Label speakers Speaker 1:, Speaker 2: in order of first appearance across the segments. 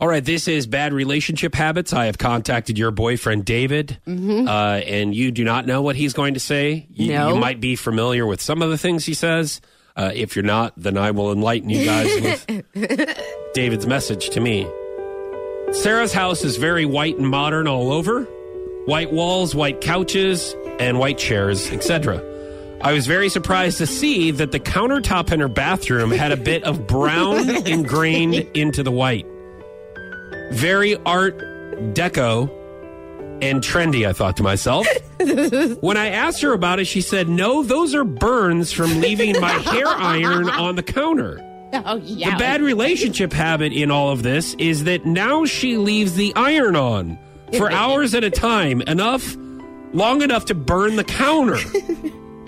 Speaker 1: All right, this is Bad Relationship Habits. I have contacted your boyfriend, David, uh, and you do not know what he's going to say. You,
Speaker 2: No.
Speaker 1: you might be familiar with some of the things he says. Uh, if you're not, then I will enlighten you guys with David's message to me. Sarah's house is very white and modern all over white walls, white couches, and white chairs, etc. I was very surprised to see that the countertop in her bathroom had a bit of brown ingrained into the white. Very art deco and trendy, I thought to myself. when I asked her about it, she said, No, those are burns from leaving my hair iron on the counter.
Speaker 2: Oh yeah.
Speaker 1: The bad relationship habit in all of this is that now she leaves the iron on for hours at a time, enough long enough to burn the counter.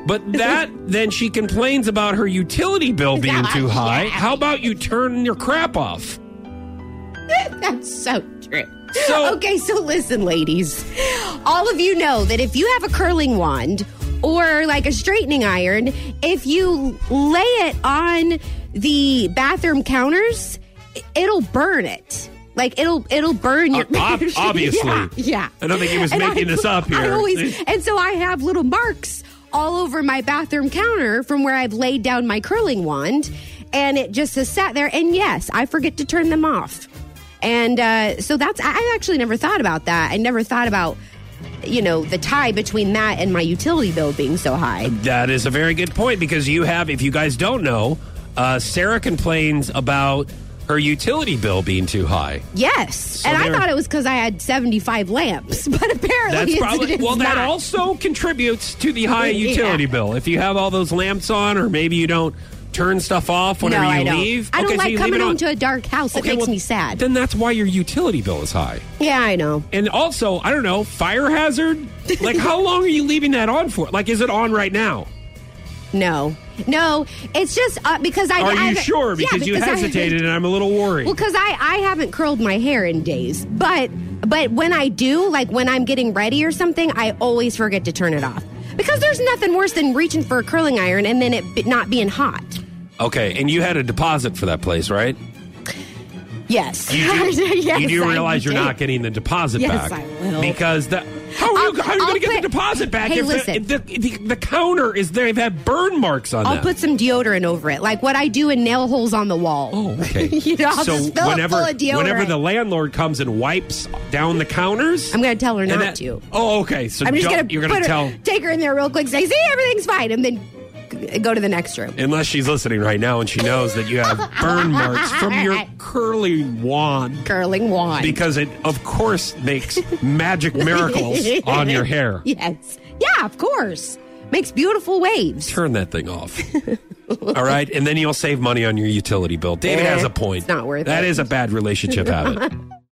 Speaker 1: But that then she complains about her utility bill being too high. How about you turn your crap off?
Speaker 2: That's so true.
Speaker 1: So-
Speaker 2: okay, so listen, ladies. All of you know that if you have a curling wand or like a straightening iron, if you lay it on the bathroom counters, it'll burn it. Like it'll it'll burn your
Speaker 1: Uh, ob- obviously.
Speaker 2: yeah, yeah.
Speaker 1: I don't think he was making this up
Speaker 2: I
Speaker 1: here.
Speaker 2: always and so I have little marks all over my bathroom counter from where I've laid down my curling wand, and it just has sat there. And yes, I forget to turn them off. And uh, so that's I- I actually never thought about that. I never thought about you know the tie between that and my utility bill being so high.
Speaker 1: That is a very good point because you have, if you guys don't know, uh, Sarah complains about her utility bill being too high.
Speaker 2: Yes, and I
Speaker 1: there-
Speaker 2: thought it was because I had seventy five lamps, but apparently
Speaker 1: That's
Speaker 2: it's,
Speaker 1: probably
Speaker 2: it's
Speaker 1: well. That
Speaker 2: not.
Speaker 1: also contributes to the high
Speaker 2: Yeah.
Speaker 1: utility bill. If you have all those lamps on, or maybe you don't turn stuff off
Speaker 2: No,
Speaker 1: whenever you
Speaker 2: I don't.
Speaker 1: leave.
Speaker 2: I don't
Speaker 1: Okay, so
Speaker 2: like
Speaker 1: you leave
Speaker 2: coming
Speaker 1: it
Speaker 2: home
Speaker 1: on.
Speaker 2: to a dark house.
Speaker 1: Okay,
Speaker 2: it makes
Speaker 1: well,
Speaker 2: me sad.
Speaker 1: Then that's why your utility bill is high.
Speaker 2: yeah, I know.
Speaker 1: And also, I don't know, fire hazard. Like, how long are you leaving that on for? Like, is it on right now?
Speaker 2: No, no. It's just uh, because I.
Speaker 1: Are
Speaker 2: I
Speaker 1: you
Speaker 2: haven't-
Speaker 1: sure?
Speaker 2: Yeah,
Speaker 1: Because you
Speaker 2: I-
Speaker 1: hesitated, and I'm a little worried.
Speaker 2: well, because I I haven't curled my hair in days, but but when I do, like when I'm getting ready or something, I always forget to turn it off because there's nothing worse than reaching for a curling iron and then it be- not being hot.
Speaker 1: okay, and you had a deposit for that place, right?
Speaker 2: Yes.
Speaker 1: You do,
Speaker 2: yes,
Speaker 1: you do
Speaker 2: I
Speaker 1: realize you're
Speaker 2: did.
Speaker 1: not getting the deposit
Speaker 2: Yes,
Speaker 1: back.
Speaker 2: I will.
Speaker 1: Because the. How are you,
Speaker 2: I'll-
Speaker 1: how are you
Speaker 2: I'll
Speaker 1: going to get
Speaker 2: put-
Speaker 1: the deposit back
Speaker 2: Hey,
Speaker 1: if, the,
Speaker 2: listen.
Speaker 1: if the, the, the counter is there? They've had burn marks on
Speaker 2: I'll
Speaker 1: them.
Speaker 2: put some deodorant over it, like what I do in nail holes on the wall.
Speaker 1: Oh, okay.
Speaker 2: You know, I'll
Speaker 1: so
Speaker 2: just fill it
Speaker 1: whenever,
Speaker 2: full of deodorant.
Speaker 1: whenever the landlord comes and wipes down the counters,
Speaker 2: I'm going to tell her
Speaker 1: and
Speaker 2: not
Speaker 1: that-
Speaker 2: to.
Speaker 1: Oh, okay. So
Speaker 2: I'm just
Speaker 1: don't-
Speaker 2: gonna,
Speaker 1: you're going
Speaker 2: put
Speaker 1: to
Speaker 2: her,
Speaker 1: tell,
Speaker 2: take her in there real quick, say, "See, everything's fine," and then g- go to the next room.
Speaker 1: unless she's listening right now and she knows that you have burn marks from your curly wand,
Speaker 2: Curling wand.
Speaker 1: because it, of course, makes magic miracles on your hair.
Speaker 2: yes, yeah, of course, makes beautiful waves.
Speaker 1: Turn that thing off. All right, and then you'll save money on your utility bill. David
Speaker 2: Eh,
Speaker 1: has a point.
Speaker 2: it's not worth
Speaker 1: That
Speaker 2: it.
Speaker 1: is a bad relationship habit.